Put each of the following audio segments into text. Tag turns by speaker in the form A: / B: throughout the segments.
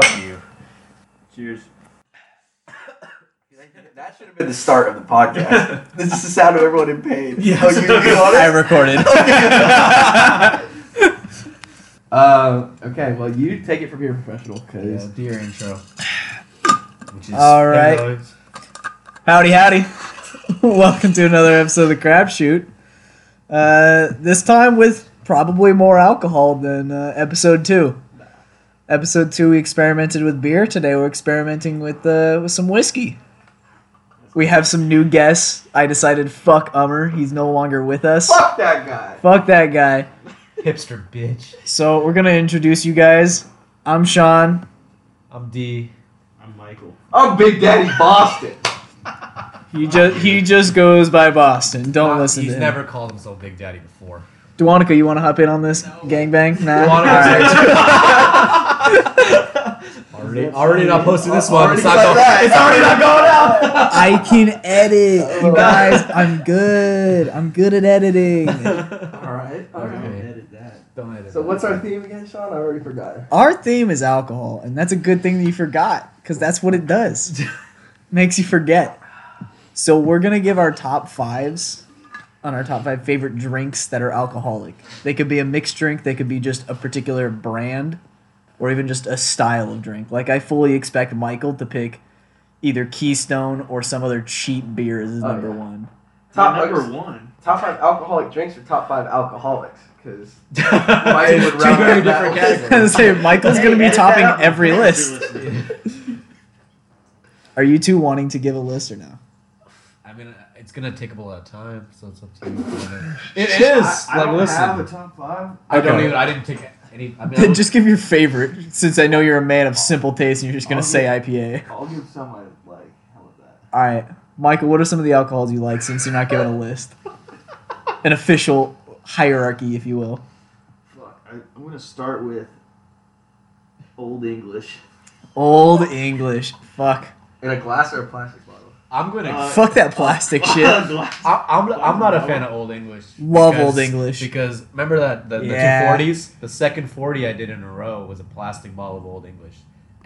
A: Fuck you.
B: Cheers.
C: That should have been the start of the podcast. this is the sound of everyone in pain. Oh, you, you
D: I
C: got it?
D: recorded.
C: Uh, okay, well, you take it from here, professional. Cause
A: do your intro. Which is
D: All right. Howdy, howdy. Welcome to another episode of the Crab Shoot. Uh, this time with probably more alcohol than uh, episode two. Episode two, we experimented with beer. Today, we're experimenting with uh, with some whiskey. We have some new guests. I decided, fuck Ummer. He's no longer with us.
C: fuck that guy.
D: Fuck that guy.
A: hipster bitch.
D: So we're gonna introduce you guys. I'm Sean.
A: I'm D.
B: I'm Michael.
C: I'm Big Daddy Boston.
D: He just he just goes by Boston. Don't
A: Uh,
D: listen
A: He's
D: to him.
A: never called himself Big Daddy before.
D: Duanica, you want to hop in on this gangbang? Nah.
A: Duanica-
D: All
A: Already,
D: right.
A: already not posting this one.
C: Already
A: It's not
C: got
A: going.
C: that.
A: It's already not going out.
D: I can edit, you guys. I'm good. I'm good at editing.
C: Alright, alright.
A: Okay.
B: Edit that.
A: Don't edit.
C: So
A: it.
C: what's our theme again, Sean? I already forgot.
D: Our theme is alcohol, and that's a good thing that you forgot because that's what it does. Makes you forget. So we're gonna give our top fives on our top five favorite drinks that are alcoholic. They could be a mixed drink. They could be just a particular brand, or even just a style of drink. Like I fully expect Michael to pick either Keystone or some other cheap beer as his
C: Oh,
D: number
C: yeah.
D: one.
C: Top
B: You're
C: numbers.
B: number one.
C: Top five alcoholic drinks or top five alcoholics? Because
A: Two-
C: would
A: two
C: round
A: very
C: that
A: different
C: out.
D: I was gonna
A: categories.
D: say Michael's
C: Hey,
D: gonna be
C: edit that
D: topping
C: out.
D: every
B: You're
D: list.
B: listening.
D: Are you two wanting to give a list or no?
A: I mean, it's gonna take a lot of time, so it's up to you. It is.
C: I, I
A: like,
C: don't
A: listen.
C: have a top five.
A: I don't
D: Okay.
A: even. I didn't take any. I mean, I
D: Then
A: was-
D: just give your favorite, since I know you're a man of simple taste and you're
A: Oh,
D: just gonna say IPA.
C: I'll give someone like how about that?
D: All right, Michael, what are some of the alcohols you like since you're not giving a list, an official hierarchy, if you will?
B: Fuck. I, I'm gonna start with Old English.
D: Old English, fuck,
C: In a glass or a plastic bottle?
A: I'm gonna.
B: Uh,
D: fuck that plastic shit.
A: I, I'm, I'm not a fan of Old English.
D: Love Old English.
A: Because remember that the,
D: Yeah.
A: the 240s? The second 40 I did in a row was a plastic bottle of Old English.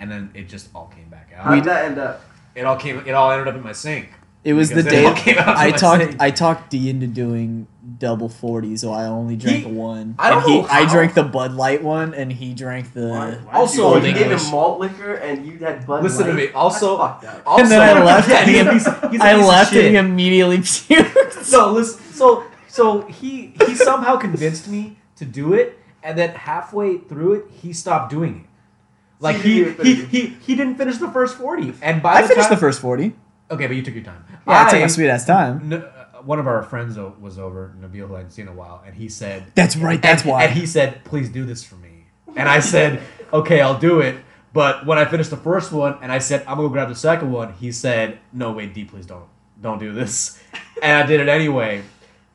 A: And then it just all came back out.
C: How did that uh, end up?
A: it all came. It all ended up in my sink.
D: It was the
A: Because
D: day
A: it all came out of
D: I
A: my
D: talked.
A: sink.
D: I talked D into doing double forty, so I only drank
A: He-
D: one.
A: I don't
D: and he,
A: know
D: I
A: how-
D: drank the Bud Light one, and he drank the.
B: Why- why
A: Also,
B: do
C: Oh,
A: Old
C: you gave
A: English.
C: him malt liquor and you had Bud
A: Listen to
C: Light?
A: me. Also-
C: That's fucked up.
A: Also,
D: and then I left.
A: Yeah,
D: and he,
A: he's a piece of- he's a
D: I
A: piece of
D: left, and
A: shit.
D: he immediately puked.
A: No, listen. So, so he he somehow convinced me to do it, and then halfway through it, he stopped doing it. Like
C: See,
A: he
C: you didn't
A: he,
C: finish
A: he he didn't finish the first forty, and by
D: I
A: the
D: finished
A: time,
D: the first forty.
A: Okay, but you took your time.
D: Yeah, I,
A: I-
D: took my sweet ass time.
A: No, uh, one of our friends o- was over, Nabil, who I hadn't seen in a while, and he said,
D: That's right. That's
A: and,
D: why.
A: And he said, "Please do this for me." And I said, "Okay, I'll do it." But when I finished the first one, and I said, "I'm gonna grab the second one," he said, "No, wait, D, please don't, don't do this." And I did it anyway.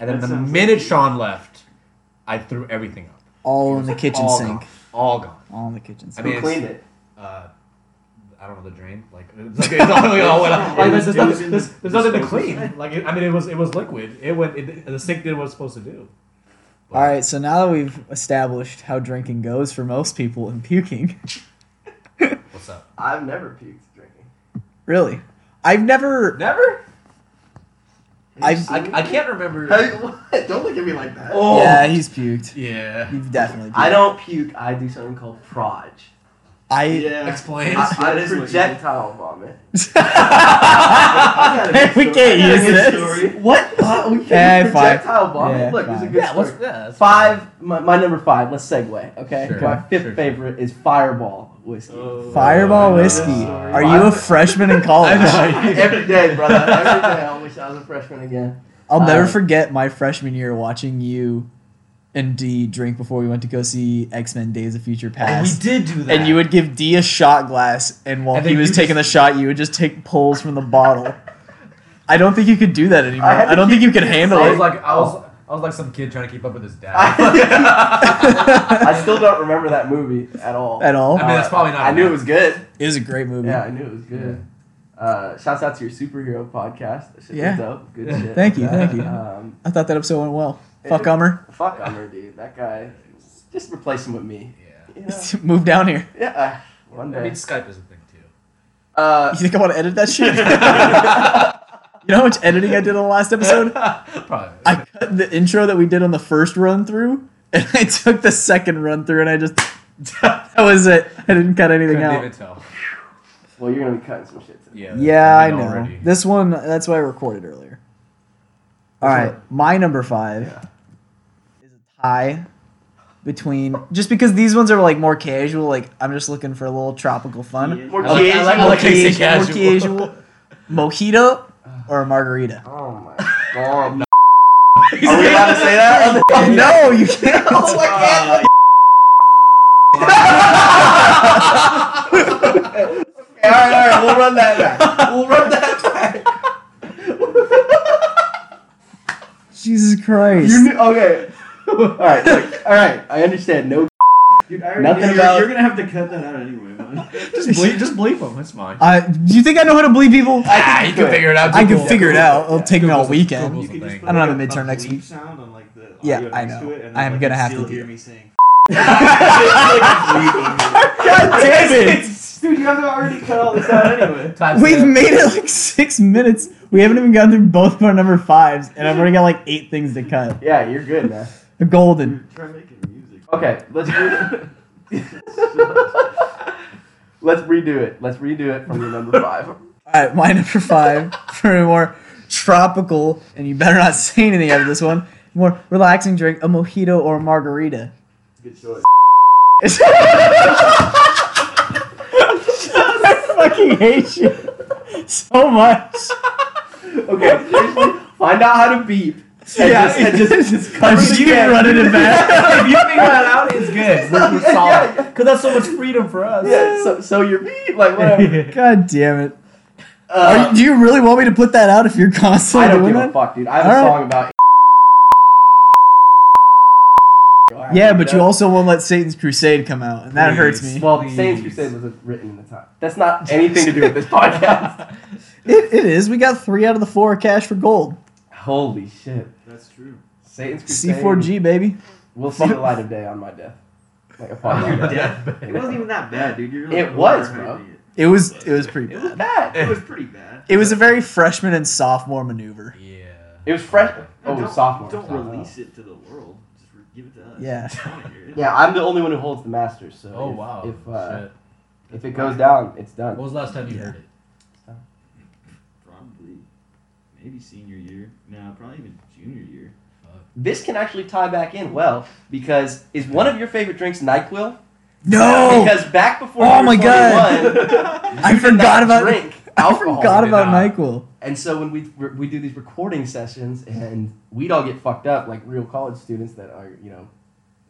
A: And then
B: That
A: the
B: sounds
A: minute
B: like you.
A: Sean left, I threw everything up.
D: all in the kitchen
A: all
D: sink.
A: Gone. All gone.
D: All in the kitchen
A: I
D: sink.
A: mean,
C: Who
A: it's-
C: cleaned it?
A: Uh, I don't know the drain. Like, it's like, it's all, it all went out. Like, there's, there's, nothing, there's, there's nothing to clean. Like, it, I mean, it was it was liquid. It went. It, the sink did what it was supposed to do.
D: all right. So now that we've established how drinking goes for most people and puking,
A: What's up?
C: I've never puked drinking.
D: really, I've never.
A: Never.
D: I've.
A: I, I can't remember.
C: Hey, what? Don't look at me like that.
A: Oh.
D: Yeah, he's puked.
A: Yeah.
D: You've definitely. Puked.
C: I don't puke. I do something called proj.
D: I.
B: Yeah.
A: Explain.
C: I, I
B: that is what you do.
C: projectile vomit.
D: we
C: I got a good story. I got
D: can't
C: a
D: use
C: good
D: this.
C: story. What? Uh, we
D: Eh,
C: can't do
D: fine.
C: projectile vomit.
D: Yeah,
C: Look, it's a
D: fine.
C: good
A: yeah.
C: story.
A: What's yeah, that's
C: Five. My, my number five. Let's segue. Okay.
A: Sure.
C: My fifth
A: Sure, sure.
C: favorite is Fireball whiskey.
B: Oh,
D: Fireball
A: Uh,
D: whiskey.
A: sorry.
D: Are you a freshman in college?
C: Every day, brother. Every day. I wish I was a freshman again.
D: I'll
C: Uh,
D: never forget my freshman year watching you and D drink before we went to go see X Men Days of Future
A: And we
D: Past.
A: did do that.
D: And you would give D a shot glass, and while
A: And
D: he
A: then
D: was
A: you
D: taking
A: just-
D: the shot, you would just take pulls from the bottle. I don't think you could do that anymore.
C: I had
D: I,
C: to
D: don't think you
C: keep-
D: could handle
A: I
D: it.
A: was like, I was, I was like some kid trying to keep up with his dad.
C: I still don't remember that movie at all.
D: at all.
A: I mean, that's probably not
C: I knew
A: bad.
C: it was good.
D: It was a great movie.
C: Yeah, I knew it was good. Uh, shouts out to your superhero podcast. That shit was
D: Yeah.
C: dope. Good
A: Yeah.
C: shit.
D: Thank you,
C: Uh,
D: thank you.
C: Um,
D: I thought that episode went well. Fuck
C: It-
D: um. Ummer.
C: fuck Ummer, dude. That guy. Just replace him with me.
A: yeah.
C: You know?
D: Move down here.
C: Yeah. uh, One
A: I
C: day.
A: mean, Skype is a thing too.
C: Uh,
D: You think I want to edit that shit? you know how much editing I did on the last episode?
A: Probably.
D: I cut the intro that we did on the first run through, and I took the second run through, and I just that was it. I didn't cut anything
A: couldn't
D: out.
A: even tell.
C: well, you're gonna be cutting some shit. Today.
A: Yeah.
D: Yeah, I
A: mean,
D: know.
A: already.
D: This one, that's why I recorded earlier. All
C: That's
D: right, my number five
C: Yeah.
D: is a tie between just because these ones are like more casual. Like I'm just looking for a little tropical fun.
B: Yeah.
C: More
A: I like- I like-
C: casual.
A: I like how you say
D: Casual, more
A: casual.
D: casual. Mojito or a margarita?
C: Oh my
A: Are
C: god.
A: we allowed
C: to say that?
D: no, you can't.
C: all right, all right, we'll run that back. We'll run that back.
D: Jesus Christ.
C: You knew, okay. All right, look, all right. I understand. No.
B: Dude, I already
C: Nothing
B: knew- you're,
C: about-
B: you're gonna have to cut that out anyway, man.
A: Just bleep, just bleep them. That's fine.
D: I, do you think I know how to bleed people? I,
A: ah, you can figure it out.
D: can
A: Google.
D: figure it out. It'll take me all
A: Google's a-
D: weekend.
A: Google's a
B: You could just
A: thing.
B: put
D: I don't
B: like
D: have a
B: a-
D: midterm
B: a
D: next
B: bleep
D: week.
B: Sound on like the
D: Yeah,
B: audio
D: I know.
B: next To it, and
D: I
B: then,
D: am
B: like,
D: gonna
B: you
D: have
B: still
D: to do
B: hear
D: it.
B: me saying.
D: God damn it!
B: Dude, you have to already cut all this out anyway.
A: Timestamp.
D: We've made it like six minutes. We haven't even gotten through both of our number fives, and I've already got like eight things to cut.
C: Yeah, you're good, man.
D: Golden.
B: Try making music.
C: Okay, let's redo Let's redo it. Let's redo it from your number five.
D: All right, my number five for a more tropical, and you better not say anything out of this one. More relaxing drink, a mojito or a margarita.
B: Good choice.
D: I fucking hate you so much.
C: Okay, seriously, find out how to beep. And
D: Yeah.
C: just, and just, just cover
D: Just
C: the
D: keep
C: can.
D: running it back.
A: If you figure that out, it's good. We're, we're
C: Yeah,
A: solid. Because that's so much freedom for us.
C: Yeah, so, so you're beep, like whatever.
D: God damn it. Are
C: Uh,
D: you, do you really want me to put that out if you're
C: I
D: constantly
C: don't
D: doing
C: give a
D: that?
C: fuck, dude. I have a
D: Alright.
C: song about.
D: Yeah, but you also won't let Satan's Crusade come out, and that hurts
A: Please.
D: me.
C: Well,
A: Please.
C: Saints Crusade was written in the time. That's not anything to do with this podcast.
D: It, it is. We got three out of the four cash for gold.
C: Holy shit.
B: That's true.
C: Satan's Crusade.
D: C4G, baby.
C: We'll see the light of day on my death. Like a podcast.
B: It wasn't even that bad, dude. You're like
C: It was,
B: overhyping
C: bro.
B: it.
D: It was it was pretty
B: It
D: bad.
B: was
C: Bad.
B: It was pretty bad.
D: It was a very freshman and sophomore maneuver.
A: Yeah.
C: It was fresh. Oh, it
B: don't,
C: was sophomore.
B: Don't
C: sophomore.
B: release it to the world. Just re- give it to us.
D: Yeah.
B: I wanna hear it.
C: Yeah, I'm the only one who holds the masters. So
A: Oh
C: if,
A: wow.
C: if uh,
A: Shit.
C: if it goes down, it's
A: What
C: done.
A: was the last time you
D: Yeah.
A: heard it?
B: Probably. Maybe senior year. No, probably even junior year.
C: This can actually tie back in well because is one of your favorite drinks Nyquil?
D: No,
C: Because back before
D: Oh
C: you were
D: my God.
C: 21,
D: I
C: you did
D: forgot
C: not
D: about
C: drink
D: I
C: alcohol.
D: forgot
A: did
D: about
A: not.
D: Nyquil.
C: And so when we we do these recording sessions and we'd all get fucked up like real college students that are you know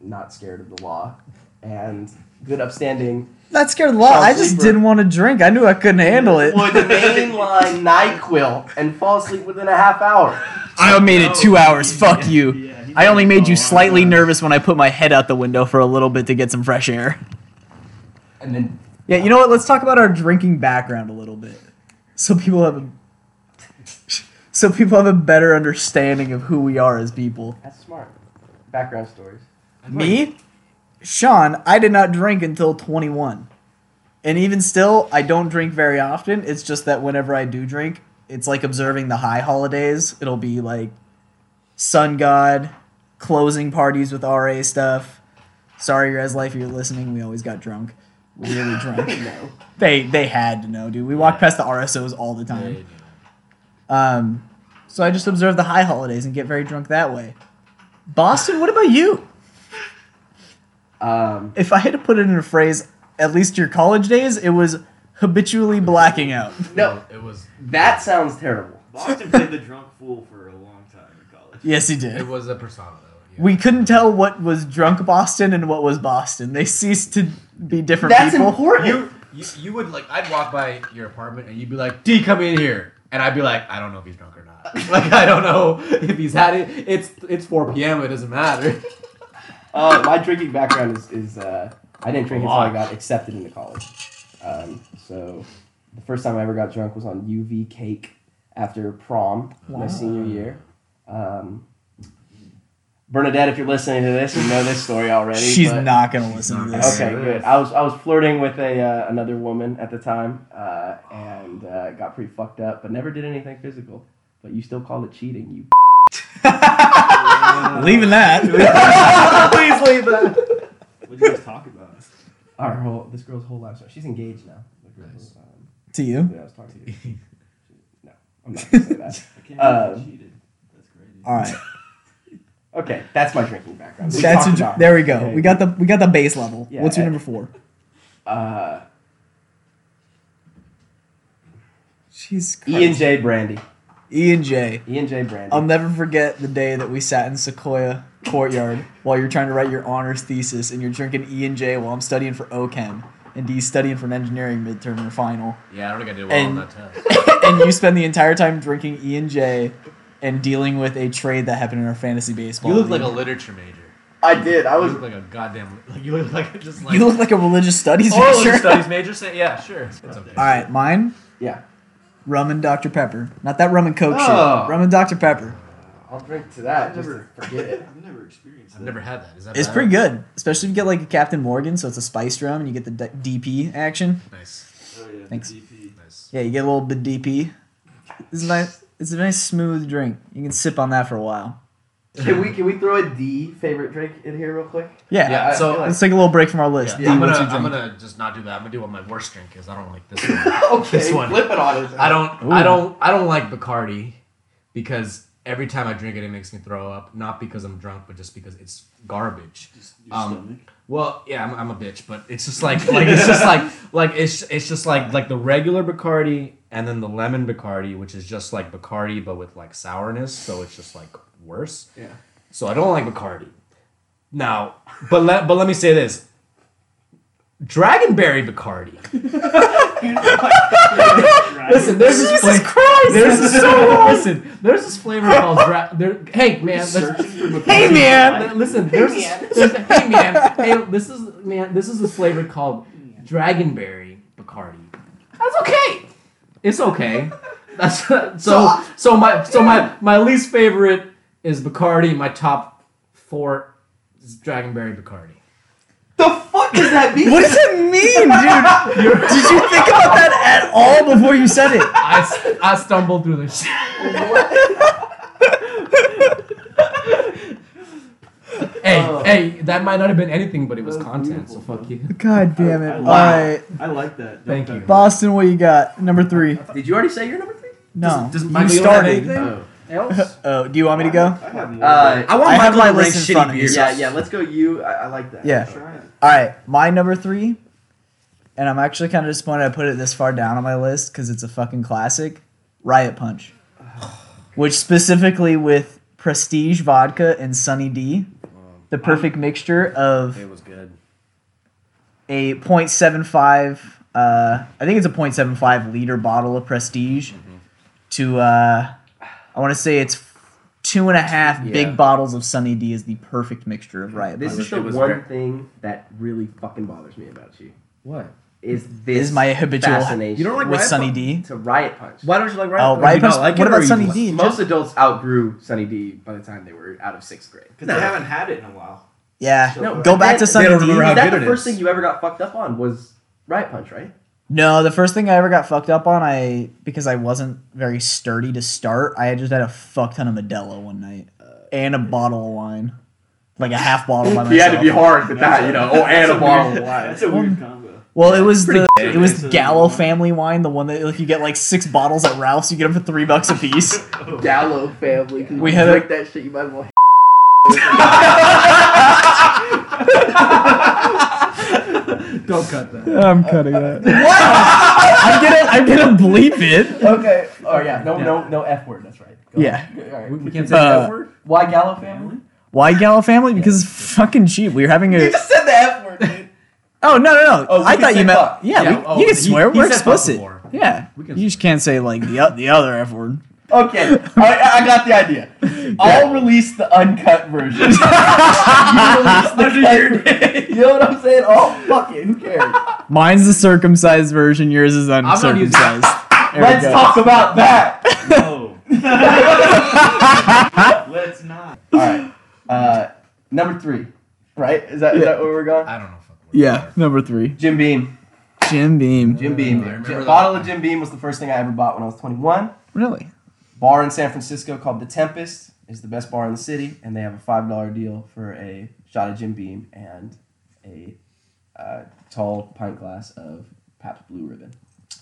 C: not scared of the law and good upstanding.
D: Not scared of the law.
C: Sounds
D: I just
C: super.
D: didn't want to drink. I knew I couldn't handle it.
C: Would mainline Nyquil and fall asleep within a half hour.
D: I made
B: No,
D: it two hours.
B: he-
D: Fuck
B: yeah,
D: you.
B: yeah, he
D: I only
B: did
D: made you
B: fall on
D: slightly
B: that.
D: nervous when I put my head out the window for a little bit to get some fresh air.
C: And then
D: Yeah, you know what? Let's talk about our drinking background a little bit, so people have a so people have a better understanding of who we are as people.
C: that's smart. Background stories.
D: Me, Sean, I did not drink until 21, and even still, I don't drink very often. It's just that whenever I do drink, it's like observing the high holidays. It'll be like sun god, closing parties with RA stuff. Sorry, guys, life, if you're listening. We always got drunk. Really drunk.
C: No.
D: They they had to know, dude. We walked past the RSOs all the
A: Yeah,
D: time. Um, so I just observe the high holidays and get very drunk that way. Boston, what about you?
C: Um,
D: If I had to put it in a phrase, at least your college days, it was habitually blacking out.
C: no,
A: It was.
C: that sounds terrible.
B: Boston played the drunk fool for a long time in college.
D: Yes, he
A: It
D: did.
A: was a persona though. yeah.
D: We couldn't tell what was drunk Boston and what was Boston. They ceased to be different
C: That's
D: people.
C: important.
A: You, you you would like I'd walk by your apartment and you'd be like, D come in here. And I'd be like, I don't know if he's drunk or not. Like I don't know if he's had it. It's it's four PM, it doesn't matter.
C: Uh, my drinking background is, is uh, I didn't drink until I got accepted into college. Um, so the first time I ever got drunk was on UV cake after prom my
D: Wow.
C: senior year. Um, Bernadette, if you're listening to this, you know this story already.
D: She's
C: but-
D: not gonna listen to
A: not
D: this.
C: Okay,
B: Yes.
C: good. I was I was flirting with a uh, another woman at the time, uh, and uh, got pretty fucked up, but never did anything physical. But you still call it cheating, you.
D: Leaving that.
B: Please leave that.
E: What do you guys talk about?
C: Our whole this girl's whole life story. She's engaged now. The girl
E: Nice.
C: who, um,
D: to you.
C: that I was talking to. No, I'm not gonna say that.
E: I can't believe
C: Um,
E: you cheated. That's crazy.
D: All right.
C: Okay, that's my drinking background. We
D: That's
C: talked
D: a, dr-
C: about it.
D: there we go.
C: Okay.
D: We got the we got the base level.
C: Yeah,
D: What's your
C: I-
D: number four?
C: Uh,
D: She's
C: E and J Brandy.
D: E and J.
C: E and J Brandy.
D: I'll never forget the day that we sat in Sequoia Courtyard while you're trying to write your honors thesis and you're drinking E and J while I'm studying for OChem and D's studying for an engineering midterm and final.
A: Yeah, I don't think I did well
D: And-
A: on that test.
D: and you spend the entire time drinking E and J and dealing with a trade that happened in our fantasy baseball.
A: You look like a
D: league.
A: literature major.
C: I did. I
A: I
C: was.
A: look like a goddamn. Like, you look like just like.
D: you look like a religious studies
A: oh, literature
D: major.
A: studies major. Say yeah, sure. It's okay.
D: All right, mine
C: Yeah,
D: rum and Dr Pepper, not that rum and Coke
C: Oh.
D: shit. Rum and Dr Pepper.
C: I'll drink to that.
B: I've
C: just
B: never-
C: to forget it.
B: I've never experienced
A: I've never had that. Is that
D: It's
A: bad?
D: pretty good, especially if you get like a Captain Morgan, so it's a spiced rum and you get the d- DP action.
A: Nice,
B: Oh, yeah, the
D: Thanks.
B: DP.
A: nice.
D: Yeah, you get a little bit DP. It's a nice. It's a nice smooth drink. You can sip on that for a while.
C: Can we can we throw a D favorite drink in here real quick?
D: Yeah.
A: Yeah,
C: I
A: so-
C: feel like-
D: Let's take a little break from our list.
A: Yeah, I'm
D: Dee,
A: gonna,
D: what's your
A: I'm
D: drink?
A: gonna just not do that. I'm gonna do what my worst drink is. I don't like this one.
C: okay,
A: This one.
C: flip it on us.
A: I don't,
D: Ooh.
A: I don't, I don't like Bacardi because every time I drink it, it makes me throw up. Not because I'm drunk, but just because it's garbage.
B: Just your
A: Um,
B: stomach.
A: Well, yeah, I'm, I'm a bitch, but it's just like, like it's just like, like it's, it's just like, like the regular Bacardi and then the lemon Bacardi, which is just like Bacardi but with like sourness, so it's just like worse.
B: Yeah.
A: So I don't like Bacardi. Now, but let, but let me say this. Dragonberry Bacardi. Listen, there's this
D: Jesus
A: flavor.
D: Christ!
A: There's this listen. There's this flavor called dra- there, Hey man, let's-
D: Hey, man.
A: listen. There's, this, there's hey man. Hey, this is man. This is this flavor called Dragonberry Bacardi. That's okay. It's okay. That's so. So my so my my least favorite is Bacardi. My top four is Dragonberry Bacardi.
C: The fuck does that mean?
D: What does that mean, dude? Did you think about that at all before you said it?
A: I, s- I stumbled through this. shit. hey,
C: Oh.
A: hey, that might not have been anything, but it was
B: That was
A: content. So
B: beautiful.
A: fuck you.
D: God damn it!
B: I- I
D: all
B: lied.
D: right,
B: I like that.
A: Thank you.
D: Boston, what you got? Number three.
C: Did you already say your number three?
D: No,
A: Does- does
D: you
A: Michael have
D: started.
A: anything?
C: Oh. Else?
D: Oh, do you want me to go?
B: I have more.
C: Uh,
B: but
E: I want
D: I have
E: Michael
D: my
E: to rank
D: list in front
E: shitty
D: of me.
E: beers.
C: yeah, yeah. Let's go. You. I, I like that.
D: Yeah.
B: try it.
D: All right, my number three, and I'm actually kind of disappointed I put it this far down on my list because it's a fucking classic, Riot Punch, which specifically with Prestige Vodka and Sunny D, the perfect mixture of
A: was good.
D: a 0.75 uh, i think it's a 0.75 liter bottle of prestige to uh, i want to say it's two and a half
C: Yeah.
D: big bottles of sunny d is the perfect mixture of riot
C: This
D: Punch.
C: is
A: wish
C: the
A: it was
C: one
A: very-
C: thing that really fucking bothers me about you.
A: What?
C: Is this
D: is my habitual
C: fascination?
E: You don't like
D: with
E: Riot
D: sunny
E: Punch?
D: d
C: to riot punch.
E: Why don't you like Riot?
D: Oh,
E: Or
D: Riot
E: do you not
D: Punch-
E: Like it,
D: what
E: or
D: about
E: you
D: Sunny
E: just-
D: D?
C: Most adults outgrew Sunny D by the time they were out of sixth grade.
B: Because I haven't had it in a while.
D: yeah
B: No,
D: go back
C: And
D: to
C: then-
D: sunny
E: don't
D: d
E: remember how
C: Is that
E: good
C: the
E: it
C: first
E: is.
C: thing you ever got fucked up on was riot punch, right?
D: No, the first thing I ever got fucked up on, I because I wasn't very sturdy to start, I had just had a fuck ton of Modelo one night uh, and a bottle of wine, like a half bottle by myself.
C: You had to be hard with that, you know. Oh, and a bottle of wine.
B: That's a weird combo.
D: Well, it was the
A: good.
D: it was
B: It's a-
D: Gallo family wine, the one that like you get like six bottles at Ralph's, you get them for three bucks a piece.
C: Gallo family.
D: We
C: We had
D: had a-
C: drink that shit. You might as well.
A: Don't cut that.
D: I'm cutting that. What? I'm gonna I'm gonna bleep it. Uh,
C: Okay. Oh yeah. No, no, no F word. That's right. Go
D: Yeah.
C: on. All
A: We,
C: right.
A: we can't say
D: Uh,
A: that word.
C: Why Gallo family?
D: Why Gallo family? Because it's fucking cheap. We were having a
C: said the F word, dude.
D: oh no no no.
C: Oh, we
D: I
C: can
D: thought
C: say
D: you meant
C: fuck.
D: yeah.
A: Yeah,
D: we,
A: oh,
D: you can
A: he-
D: swear.
A: he
D: we're
A: said fuck
D: explicit.
A: before.
D: Yeah.
A: We can
D: you just can't say like the o- the other F word.
C: Okay. All right, I, I got the idea. I'll release the uncut version. you release the cut. You know what I'm saying? Oh, fuck it. Who cares?
D: Mine's the circumcised version. Yours is
A: not using-
D: uncircumcised. There we
C: Let's
D: go.
C: talk about that.
B: Oh. No. Let's not.
C: All right. Uh, number three, right? Is that is that where we're going?
A: I don't know. Fuck
D: Yeah, number three,
C: Jim Beam.
D: Jim Beam.
C: Jim Beam.
A: I remember
C: Jim-
A: that.
C: bottle of Jim Beam was the first thing I ever bought when I was 21.
D: Really?
C: Bar in San Francisco called The Tempest is the best bar in the city, and they have a five dollar deal for a shot of Jim Beam and a uh, tall pint glass of Pabst Blue Ribbon.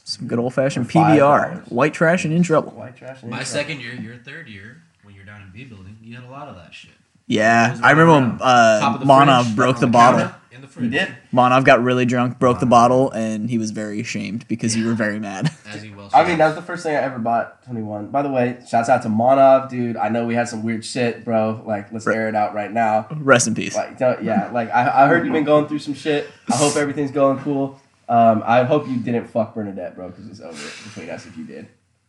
D: Some good old fashioned
C: For five
D: PBR.
C: dollars.
D: White trash and in trouble.
C: White trash. and
F: My
C: intro.
F: second year, your third year, when you're down in B building, you had a lot of that shit.
D: Yeah,
F: Those
D: I remember when
F: around. Top
D: uh,
F: of the
D: Manav
F: fridge,
D: broke
F: on
D: the bottle.
F: counter, In the
C: He
F: fridge.
C: did.
D: Manav got really drunk, broke the bottle, and he was very ashamed because you were very mad.
F: As he well
C: I
F: should.
C: mean, that was the first thing I ever bought. Twenty one. By the way, shouts out to Monov, dude. I know we had some weird shit, bro. Like, let's air it out right now.
D: Rest in peace.
C: Like, don't, yeah, like I, I heard you've been going through some shit. I hope everything's going cool. Um, I hope you didn't fuck Bernadette, bro, because it's over between us if you did.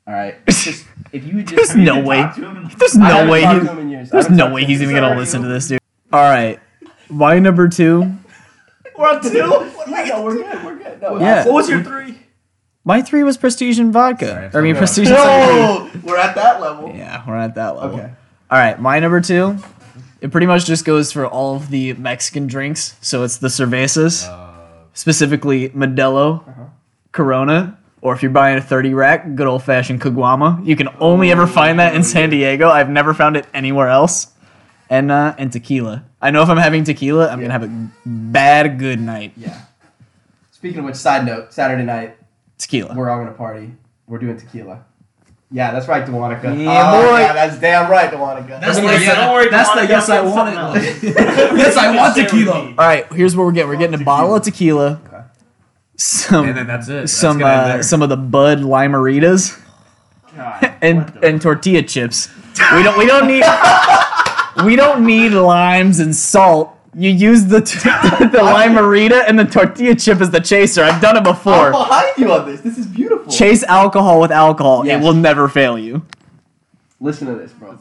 C: All right, just if you would just
D: There's no way. There's
C: I haven't
D: no way.
C: talked
D: He,
C: to him in years. I
D: there's
C: haven't
D: no
C: talked
D: way
C: to
D: he's
C: him.
D: even gonna
C: Sorry.
D: listen to this, dude. All right, my number two.
A: We're on two.
C: No, no, we're good. We're good. No,
D: Yeah.
A: What was
F: Mm.
A: your three?
D: My three was Prestige and vodka.
A: Sorry,
D: I mean,
A: I'm
D: Prestige. and Sunday.
C: No, we're at that level.
D: Yeah, we're at that level.
C: Okay.
D: All right, my number two. It pretty much just goes for all of the Mexican drinks. So it's the cervezas,
A: Uh,
D: specifically Modelo,
A: uh-huh.
D: Corona, or if you're buying a 30 rack, good old fashioned Caguama. You can only
A: Oh,
D: ever find that in San Diego. I've never found it anywhere else. And uh, and tequila. I know if I'm having tequila, I'm gonna have a bad good night.
C: Yeah. Speaking of which, side note: Saturday night,
D: Tequila.
C: we're all gonna party. We're doing tequila. Yeah, that's right, Dewanica.
D: Yeah,
C: oh,
D: boy.
C: yeah, that's damn right, Dewanica.
F: That's
A: Don't
F: like,
A: worry,
F: yeah,
A: don't worry,
F: that's the
A: Dewanica,
F: yes, I
A: I'm
F: want it.
A: something
F: look.
A: yes, I want tequila.
D: All right, here's what we're getting. We're getting a bottle of tequila.
C: Okay.
D: Some
A: And then that's it. That's
D: Um, some
A: gonna end
D: uh,
A: there.
D: some of the Bud Limeritas
E: God,
D: and
E: what the-
D: and tortilla chips. We don't we don't need we don't need limes and salt. You use the t- the limerita and the tortilla chip as the chaser. I've done
C: I'm
D: it before.
C: behind you on this. This is beautiful.
D: Chase alcohol with alcohol.
C: Yes.
D: It will never fail you.
C: Listen to this, bro.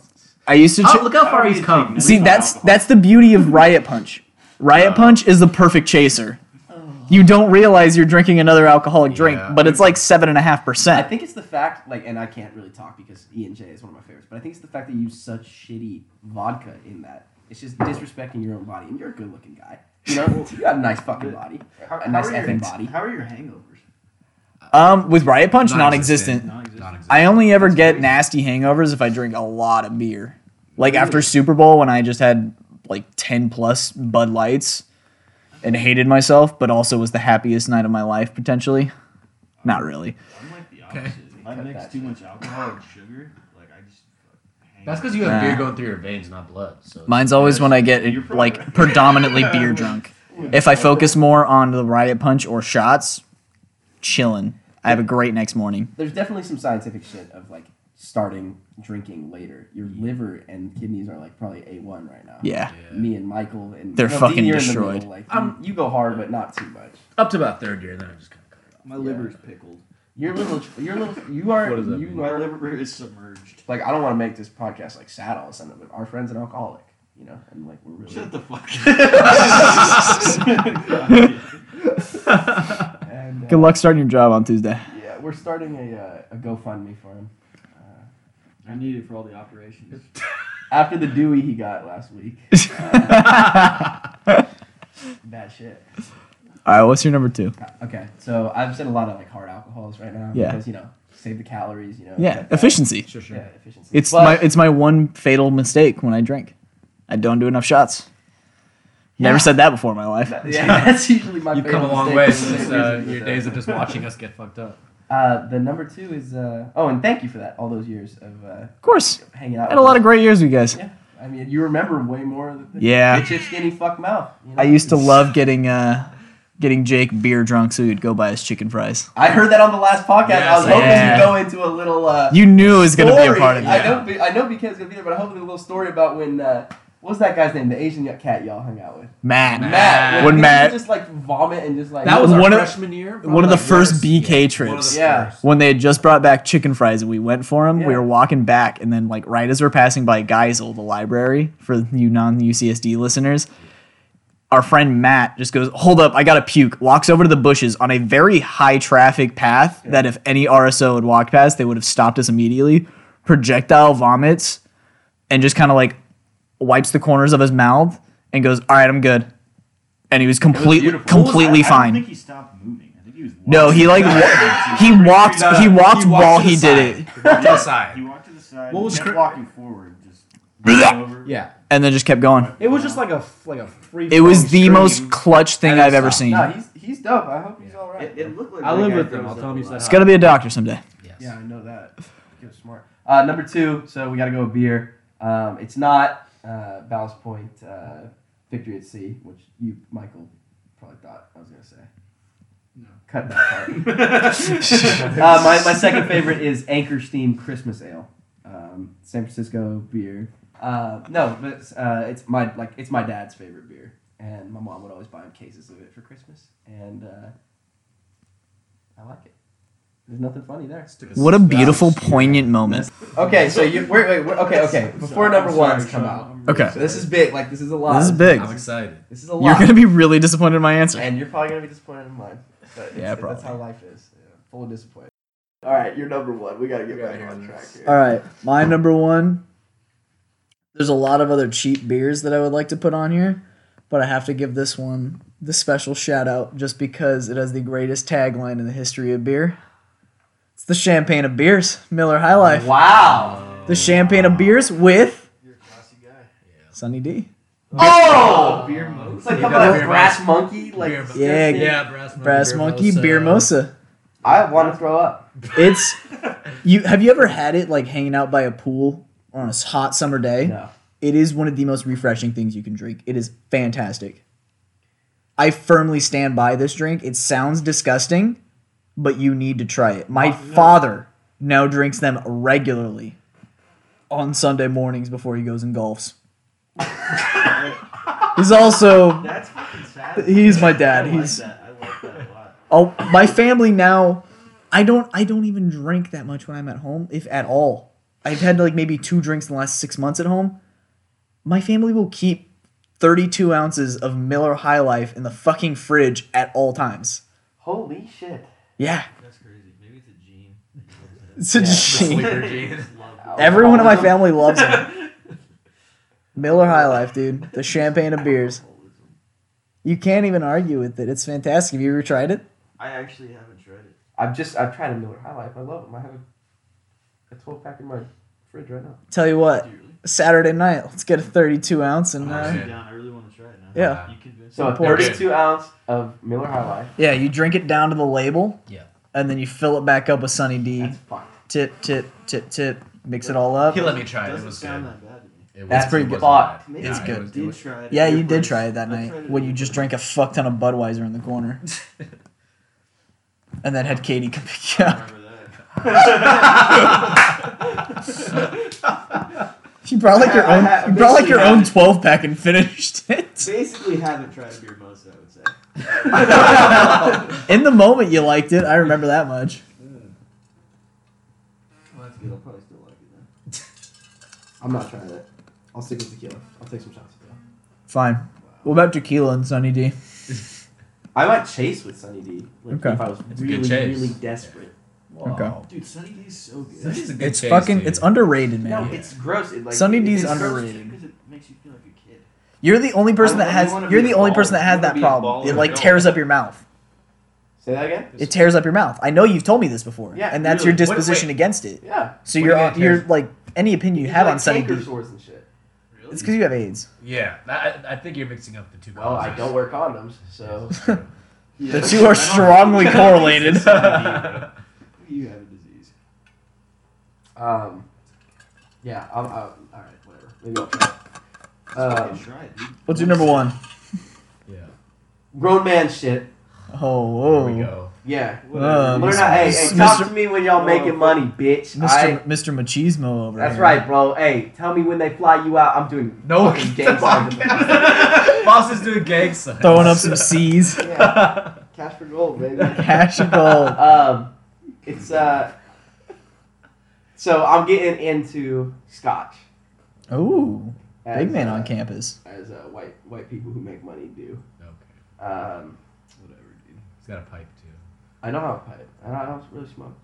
D: I used to ch-
F: Oh, look how far he's come.
D: see that's that's the beauty of Riot Punch. Riot Punch is the perfect chaser. You don't realize you're drinking another alcoholic drink,
A: Yeah.
D: but it's like seven and a half
C: I
D: percent.
C: think it's the fact, like, and I can't really talk because E and J is one of my favorites, but I think it's the fact that you use such shitty vodka in that. It's just disrespecting your own body, and you're a good-looking guy. You know, you got a nice fucking body,
E: How-
C: a nice
E: how are your-
C: effing body.
E: How are your hangovers?
D: Um, with Riot Punch, non-existent.
E: Non-existent.
D: I only ever get nasty hangovers if I drink a lot of beer. Like after Super Bowl when I just had like 10 plus Bud Lights and hated myself, but also was the happiest night of my life potentially. Not really.
E: I'm like the opposite. I
C: Cut
E: mix
C: that
E: too
C: shit.
E: much alcohol and sugar. Like I just. hang
A: That's
E: out.
A: because you have
D: Nah.
A: beer going through your veins, not blood. So
D: Mine's always when I
E: You're
D: get
E: probably
D: like
E: right.
D: predominantly beer drunk. If I focus more on the Riot Punch or shots, chillin'. I have a great next morning.
C: There's definitely some scientific shit of like starting drinking later. Your liver and kidneys are like probably a one right now.
D: Yeah.
C: Me and Michael and
D: They're
C: well,
D: fucking
C: Dean, you're in the
D: destroyed.
C: middle, like, you, you go hard, but not too much.
A: up to about third year, and then I just kind of cut it off.
E: My liver's pickled.
C: You're a little. You're a little. You are.
A: What does that
C: you
A: mean?
E: My
C: are.
E: liver is submerged.
C: Like I don't want to make this podcast like sad all of a sudden, but our friend's an alcoholic, you know, and like we're really.
E: Shut the fuck. up.
C: And, uh,
D: Good luck starting your job on Tuesday.
C: Yeah, we're starting a uh, a GoFundMe for him
E: I need it for all the operations.
C: after the Dewey he got last week. Bad shit.
D: All right, what's your number two?
C: Okay, so I've said a lot of like hard alcohols right now.
D: Yeah.
C: Because you know, save the calories. You know.
D: Yeah,
C: like that.
D: efficiency.
A: Sure, sure.
C: Yeah, efficiency.
D: It's
C: But-
D: my it's my one fatal mistake when I drink. I don't do enough shots. Never
C: Yeah.
D: said that before in my life.
C: Yeah, that's usually my.
A: You've
C: favorite
A: come a long
C: mistake
A: way
C: for the same
A: since
C: reason
A: uh,
C: as
A: your
C: that.
A: days of just watching us get fucked up.
C: Uh, the number two is uh, oh, and thank you for that. All those years of uh,
D: Of course,
C: hanging out.
D: I had a
C: with
D: lot
C: us.
D: of great years with you guys.
C: Yeah, I mean, you remember way more of the thing.
D: Yeah.
C: Bitch, it's skinny fuck mouth. you know?
D: I used to love getting uh, getting Jake beer drunk so he'd go buy his chicken fries.
C: I heard that on the last podcast. I
A: Yes.
C: was hoping
D: Yeah.
C: you go into a little. Uh,
D: You knew it was going to be a
C: story.
D: part of
C: I
D: that.
C: know, Be- I know Buchanan's gonna be there, but I'm hoping a little story about when. Uh, what was that guy's name? The Asian y- cat y'all hung out with.
D: Matt,
A: Matt.
D: When
C: he
D: Matt-
C: just like vomit and just like
A: That was our
D: One of-
A: freshman year. probably
D: one of the
A: like
D: first
A: worst.
D: BK
A: One of the
D: trips.
C: Yeah.
A: first.
D: when they had just brought back chicken fries and we went for them, we
C: Yeah.
D: were walking back, and then like right as we're passing by Geisel, the library for you non UCSD listeners, our friend Matt just goes, "Hold up, I got to puke." Walks over to the bushes on a very high traffic path that if any RSO had walked past, they would have stopped us immediately. Projectile vomits, and just kind of like wipes the corners of his mouth, and goes, "All right, I'm good." And he was completely
E: beautiful.
D: completely
G: I, I don't
D: fine.
G: think he stopped moving. I think he was.
D: no, he like wa- he walked he walked while he did it,
F: Walked to the side.
G: He walked to the side.
A: What
G: What
A: was
G: was kept
A: Chris-
G: walking forward? Just over.
A: Yeah,
D: and then just kept going.
A: it was just like a like a free.
D: It was the
A: flowing
D: most
A: stream.
D: clutch thing
A: And it
D: I've ever
A: stopped.
D: seen.
C: No, he's he's dope. I hope he's all right.
B: It, it looked like
A: I
B: that
A: live
B: guy
A: with him.
B: throws
A: I'll
B: up
A: tell him
B: a
A: he's
B: lot.
A: that
D: It's gonna be a doctor someday.
F: Yes.
C: Yeah, I know that. Get smart. Uh, number two, so we got to go with beer. Um, it's not uh, Ballast Point uh, Victory at Sea, which you, Michael, probably thought I was going to say.
E: No.
C: Cut that part. uh, my, my second favorite is Anchor Steam Christmas Ale, um, San Francisco beer. Uh, no, but it's, uh, it's my like it's my dad's favorite beer, and my mom would always buy him cases of it for Christmas, and uh, I like it. There's nothing funny there.
D: What a beautiful, poignant moment.
C: Okay, so you wait, wait, wait okay, okay. Before number ones come out,
D: Okay,
C: so this is big. Like this is a lot.
D: this is big.
A: I'm excited.
C: This is a
D: You're
C: lot.
D: gonna be really disappointed in my answer.
C: and you're probably gonna be disappointed in mine. But it's-
D: Yeah,
C: That's how life is. Yeah, full of disappointment. All right, you're number one. We gotta get back on track here.
D: All right, my number one. There's a lot of other cheap beers that I would like to put on here, but I have to give this one the special shout out just because it has the greatest tagline in the history of beer. It's the champagne of beers, Miller High Life.
C: Wow.
D: The champagne of beers with Sunny D.
C: Oh,
E: Beer most.
C: it's like
A: Yeah,
C: a couple
A: beer
C: of brass monkey. Like
A: Beer mo-
D: Yeah,
A: Yeah, brass monkey.
D: Brass
A: Beer
D: Monkey
A: Mosa.
D: Beer Mosa.
C: I want to throw up.
D: It's you. Have you ever had it like hanging out by a pool on a s- hot summer day?
C: No.
D: It is one of the most refreshing things you can drink. It is fantastic. I firmly stand by this drink. It sounds disgusting, but you need to try it. My father now drinks them regularly on Sunday mornings before he goes and golfs. he's also
G: That's fucking sad.
D: he's my dad.
G: I
D: He's
G: like that. I like that a lot.
D: Oh, my family now. I don't. I don't even drink that much when I'm at home, if at all. I've had like maybe two drinks in the last six months at home. My family will keep 32 ounces of Miller High Life in the fucking fridge at all times.
C: Holy shit.
D: Yeah,
F: That's crazy. Maybe it's a gene.
D: it's a
C: Yeah.
D: shame.
A: Sleeper gene.
D: Everyone in my
C: Alcoholism.
D: family loves it. Miller High Life, dude. The champagne of beers. You can't even argue with it. It's fantastic. Have you ever tried it?
B: I actually haven't tried it.
C: I've just I've tried a Miller High Life. I love them. I have a, a 12 pack in my fridge right now.
D: Tell you what,
G: Do you really?
D: Saturday night, let's get a 32 ounce and. Uh,
G: I'm
A: yeah.
G: down. I really want to try it now.
D: Yeah.
G: You convinced
C: So a
G: me.
D: Pour it.
C: 32 ounce of Miller High Life.
D: Yeah, you drink it down to the label.
F: Yeah.
D: And then you fill it back up with Sunny D.
C: That's fucked.
D: Tip, tip, tip, tip. Mix it all up.
F: He let me try it. It
G: doesn't
F: was
G: sound
F: good.
G: that bad to me.
F: It was,
D: That's pretty
F: it
D: good.
F: wasn't bad.
B: Maybe
D: It's
F: Yeah,
D: good.
F: It was, it
B: Did
F: was,
B: try it.
D: Yeah,
B: at
D: you
B: your
D: did
B: place.
D: try it that
B: I tried
D: night
B: it
D: when
B: at
D: you
B: your
D: just
B: place.
D: drank a fuck ton of Budweiser in the corner. and then had Katie come pick you
G: I
D: up.
G: remember that.
D: You brought like your
B: I
D: own,
B: have-
D: you brought like your
B: basically
D: own
B: have-
D: 12 pack and finished it.
B: Basically, haven't tried a beer most. I would say.
D: In the moment, you liked it. I remember that much.
B: Well, that's good. I'll probably still like it then.
C: I'm not trying that. I'll stick with tequila. I'll take some shots of that.
D: Fine. What about tequila and Sunny D?
C: I might chase with Sunny D. Like
D: Okay.
C: if I was
F: It's a good
C: really,
F: chase.
C: really desperate.
D: Okay.
B: Dude, Sunny D's so Oh, good.
F: It's,
D: It's fucking, it's underrays, man.
C: No, it's gross. It, like,
D: Sunny
C: it-
D: D's
C: it's gross.
D: underrated.
G: Because it makes you feel like a kid.
D: You're the only person that
B: I
D: has.
B: wanna
D: You're
B: be
D: the
B: a
D: only
B: baller.
D: person that
B: I
D: has
B: wanna
D: that
B: be a
D: problem.
B: baller.
D: It like
B: No.
D: tears up your mouth.
C: Say that again?
D: It tears up your mouth. I know you've told me this before,
C: Yeah,
D: and that's your
F: really. What-
D: disposition against it.
C: Yeah.
D: So
F: What
D: you're
F: do you
D: on,
F: mean it
D: you're
F: tears-
D: like any opinion you
C: It's
D: have
C: like
D: on Sunny
C: canker
D: D.
C: sores and shit.
D: It's because you have AIDS.
F: Yeah. I, I think you're mixing up the two.
D: Oh,
C: Well, I
F: causes.
C: don't wear condoms, so
D: The two are strongly correlated.
B: You have a disease.
C: um, yeah. I'm, I'm, all right, whatever. Maybe I'll try. it. Um,
B: Fucking try it, dude.
D: What's your number one?
F: Yeah.
C: grown man shit.
D: Oh,
F: There we
D: whoa.
F: go.
C: Yeah.
D: Uh,
C: Learn
D: Mr.
C: how, hey, hey, talk
D: Mr.
C: to me when y'all
D: Oh.
C: making money, bitch.
D: Mr.
C: I,
D: Mr. Machismo over
C: that's
D: here.
C: right, bro. Hey, tell me when they fly you out. I'm doing
A: No,
C: fucking
A: get the
C: gang signs.
A: fuck Boss is doing gang signs.
D: Throwing up some C's.
C: Yeah, cash for gold, baby.
D: Cash and gold.
C: Um, it's uh. So I'm getting into scotch.
D: Ooh,
C: as,
D: big man
C: uh,
D: on campus.
C: As uh, white white people who make money do.
F: Okay.
C: Um,
F: Whatever, dude. He's got a pipe too.
C: I don't have a pipe. I don't, I don't really smoke.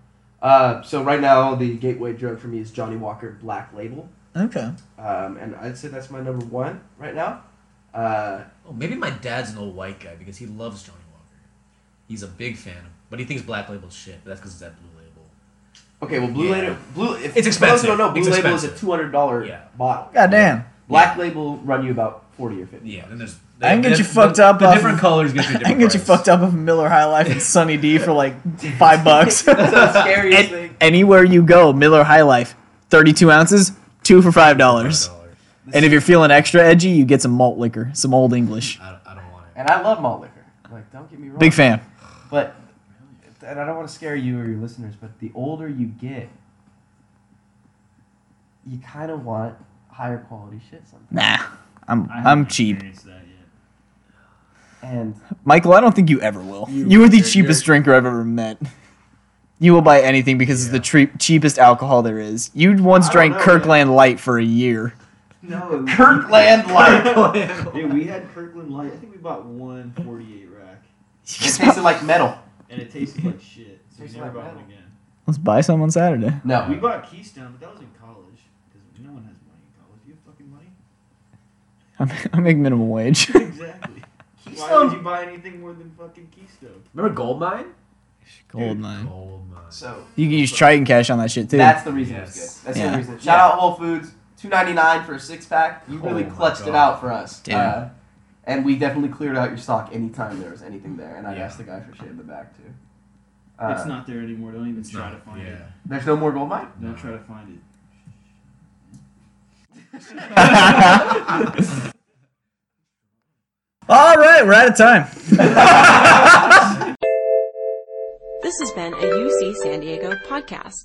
C: Uh, so right now the gateway drug for me is Johnny Walker Black Label.
D: Okay.
C: Um, and I'd say that's my number one right now. Uh,
F: Oh, maybe my dad's an old white guy because he loves Johnny Walker. He's a big fan, but he thinks Black Label's shit. But that's because it's that Blue Label.
C: okay, well, Blue
F: Yeah.
C: Label. Blue. If,
F: It's expensive.
C: No, no, Blue
F: It's
C: Label is a
F: expensive.
C: two hundred dollar
F: Yeah.
C: bottle.
D: God damn.
C: Black Label run you about forty or fifty.
F: Yeah, then there's.
D: I can get
F: the-
D: you fucked
F: the-
D: up
F: The
D: off-
F: different colors get you. a
D: I
F: Different
D: can get you fucked up with Miller High Life and Sunny D for like five bucks.
C: That's the scariest
D: An-
C: thing.
D: anywhere you go, Miller High Life, 32 ounces, two for five dollars. And if you're feeling extra edgy, you get some malt liquor, some old English.
F: I, I don't want it.
C: And I love malt liquor. Like, don't get me wrong.
D: Big fan.
C: But and I don't want to scare you or your listeners, but the older you get, you kind of want higher quality shit sometimes.
D: Nah, I'm
E: I
D: I'm
E: haven't
D: cheap.
E: experienced That yet.
C: And
D: Michael, I don't think you ever will.
E: You-
D: You are the
E: you're-
D: cheapest drinker I've ever met. You will buy anything because it's the tre- cheapest alcohol there is. You once
B: I don't
D: drank
B: know,
D: Kirkland Light for a year.
B: No.
C: Kirkland Light.
B: Dude, we had Kirkland Light. I think we bought one 48 rack,
C: it tasted like metal.
B: and it tasted like shit. So we
C: Tastes
B: never
C: like
B: bought
C: metal.
B: one again.
D: Let's buy some on Saturday.
C: No.
B: We bought Keystone, but that was in college because no one has money in college. Do you have fucking money?
D: I I make minimum wage.
B: Exactly. Why
C: Keystone.
B: would you buy anything more than fucking Keystone?
A: Remember Goldmine?
D: Gold mine.
F: Gold mine.
C: So
D: You can use Triton Cash on that shit too.
C: that's the reason it's
F: Yes.
C: good. That's the
D: Yeah.
C: reason. Shout out Whole Foods. Two ninety nine for a six pack. You really
F: Oh my
C: clutched it
F: God.
C: out for us.
D: Damn.
C: Uh, and we definitely cleared out your stock anytime there was anything there. And I
F: Yeah.
C: asked the guy for shit in the back too. Uh,
E: it's not there anymore. Don't even
F: It's
E: try
F: not-
E: to find
F: yeah.
E: it.
C: There's no more gold mine.
E: Don't try to find it.
D: All right, we're out of time.
H: This has been a UC San Diego podcast.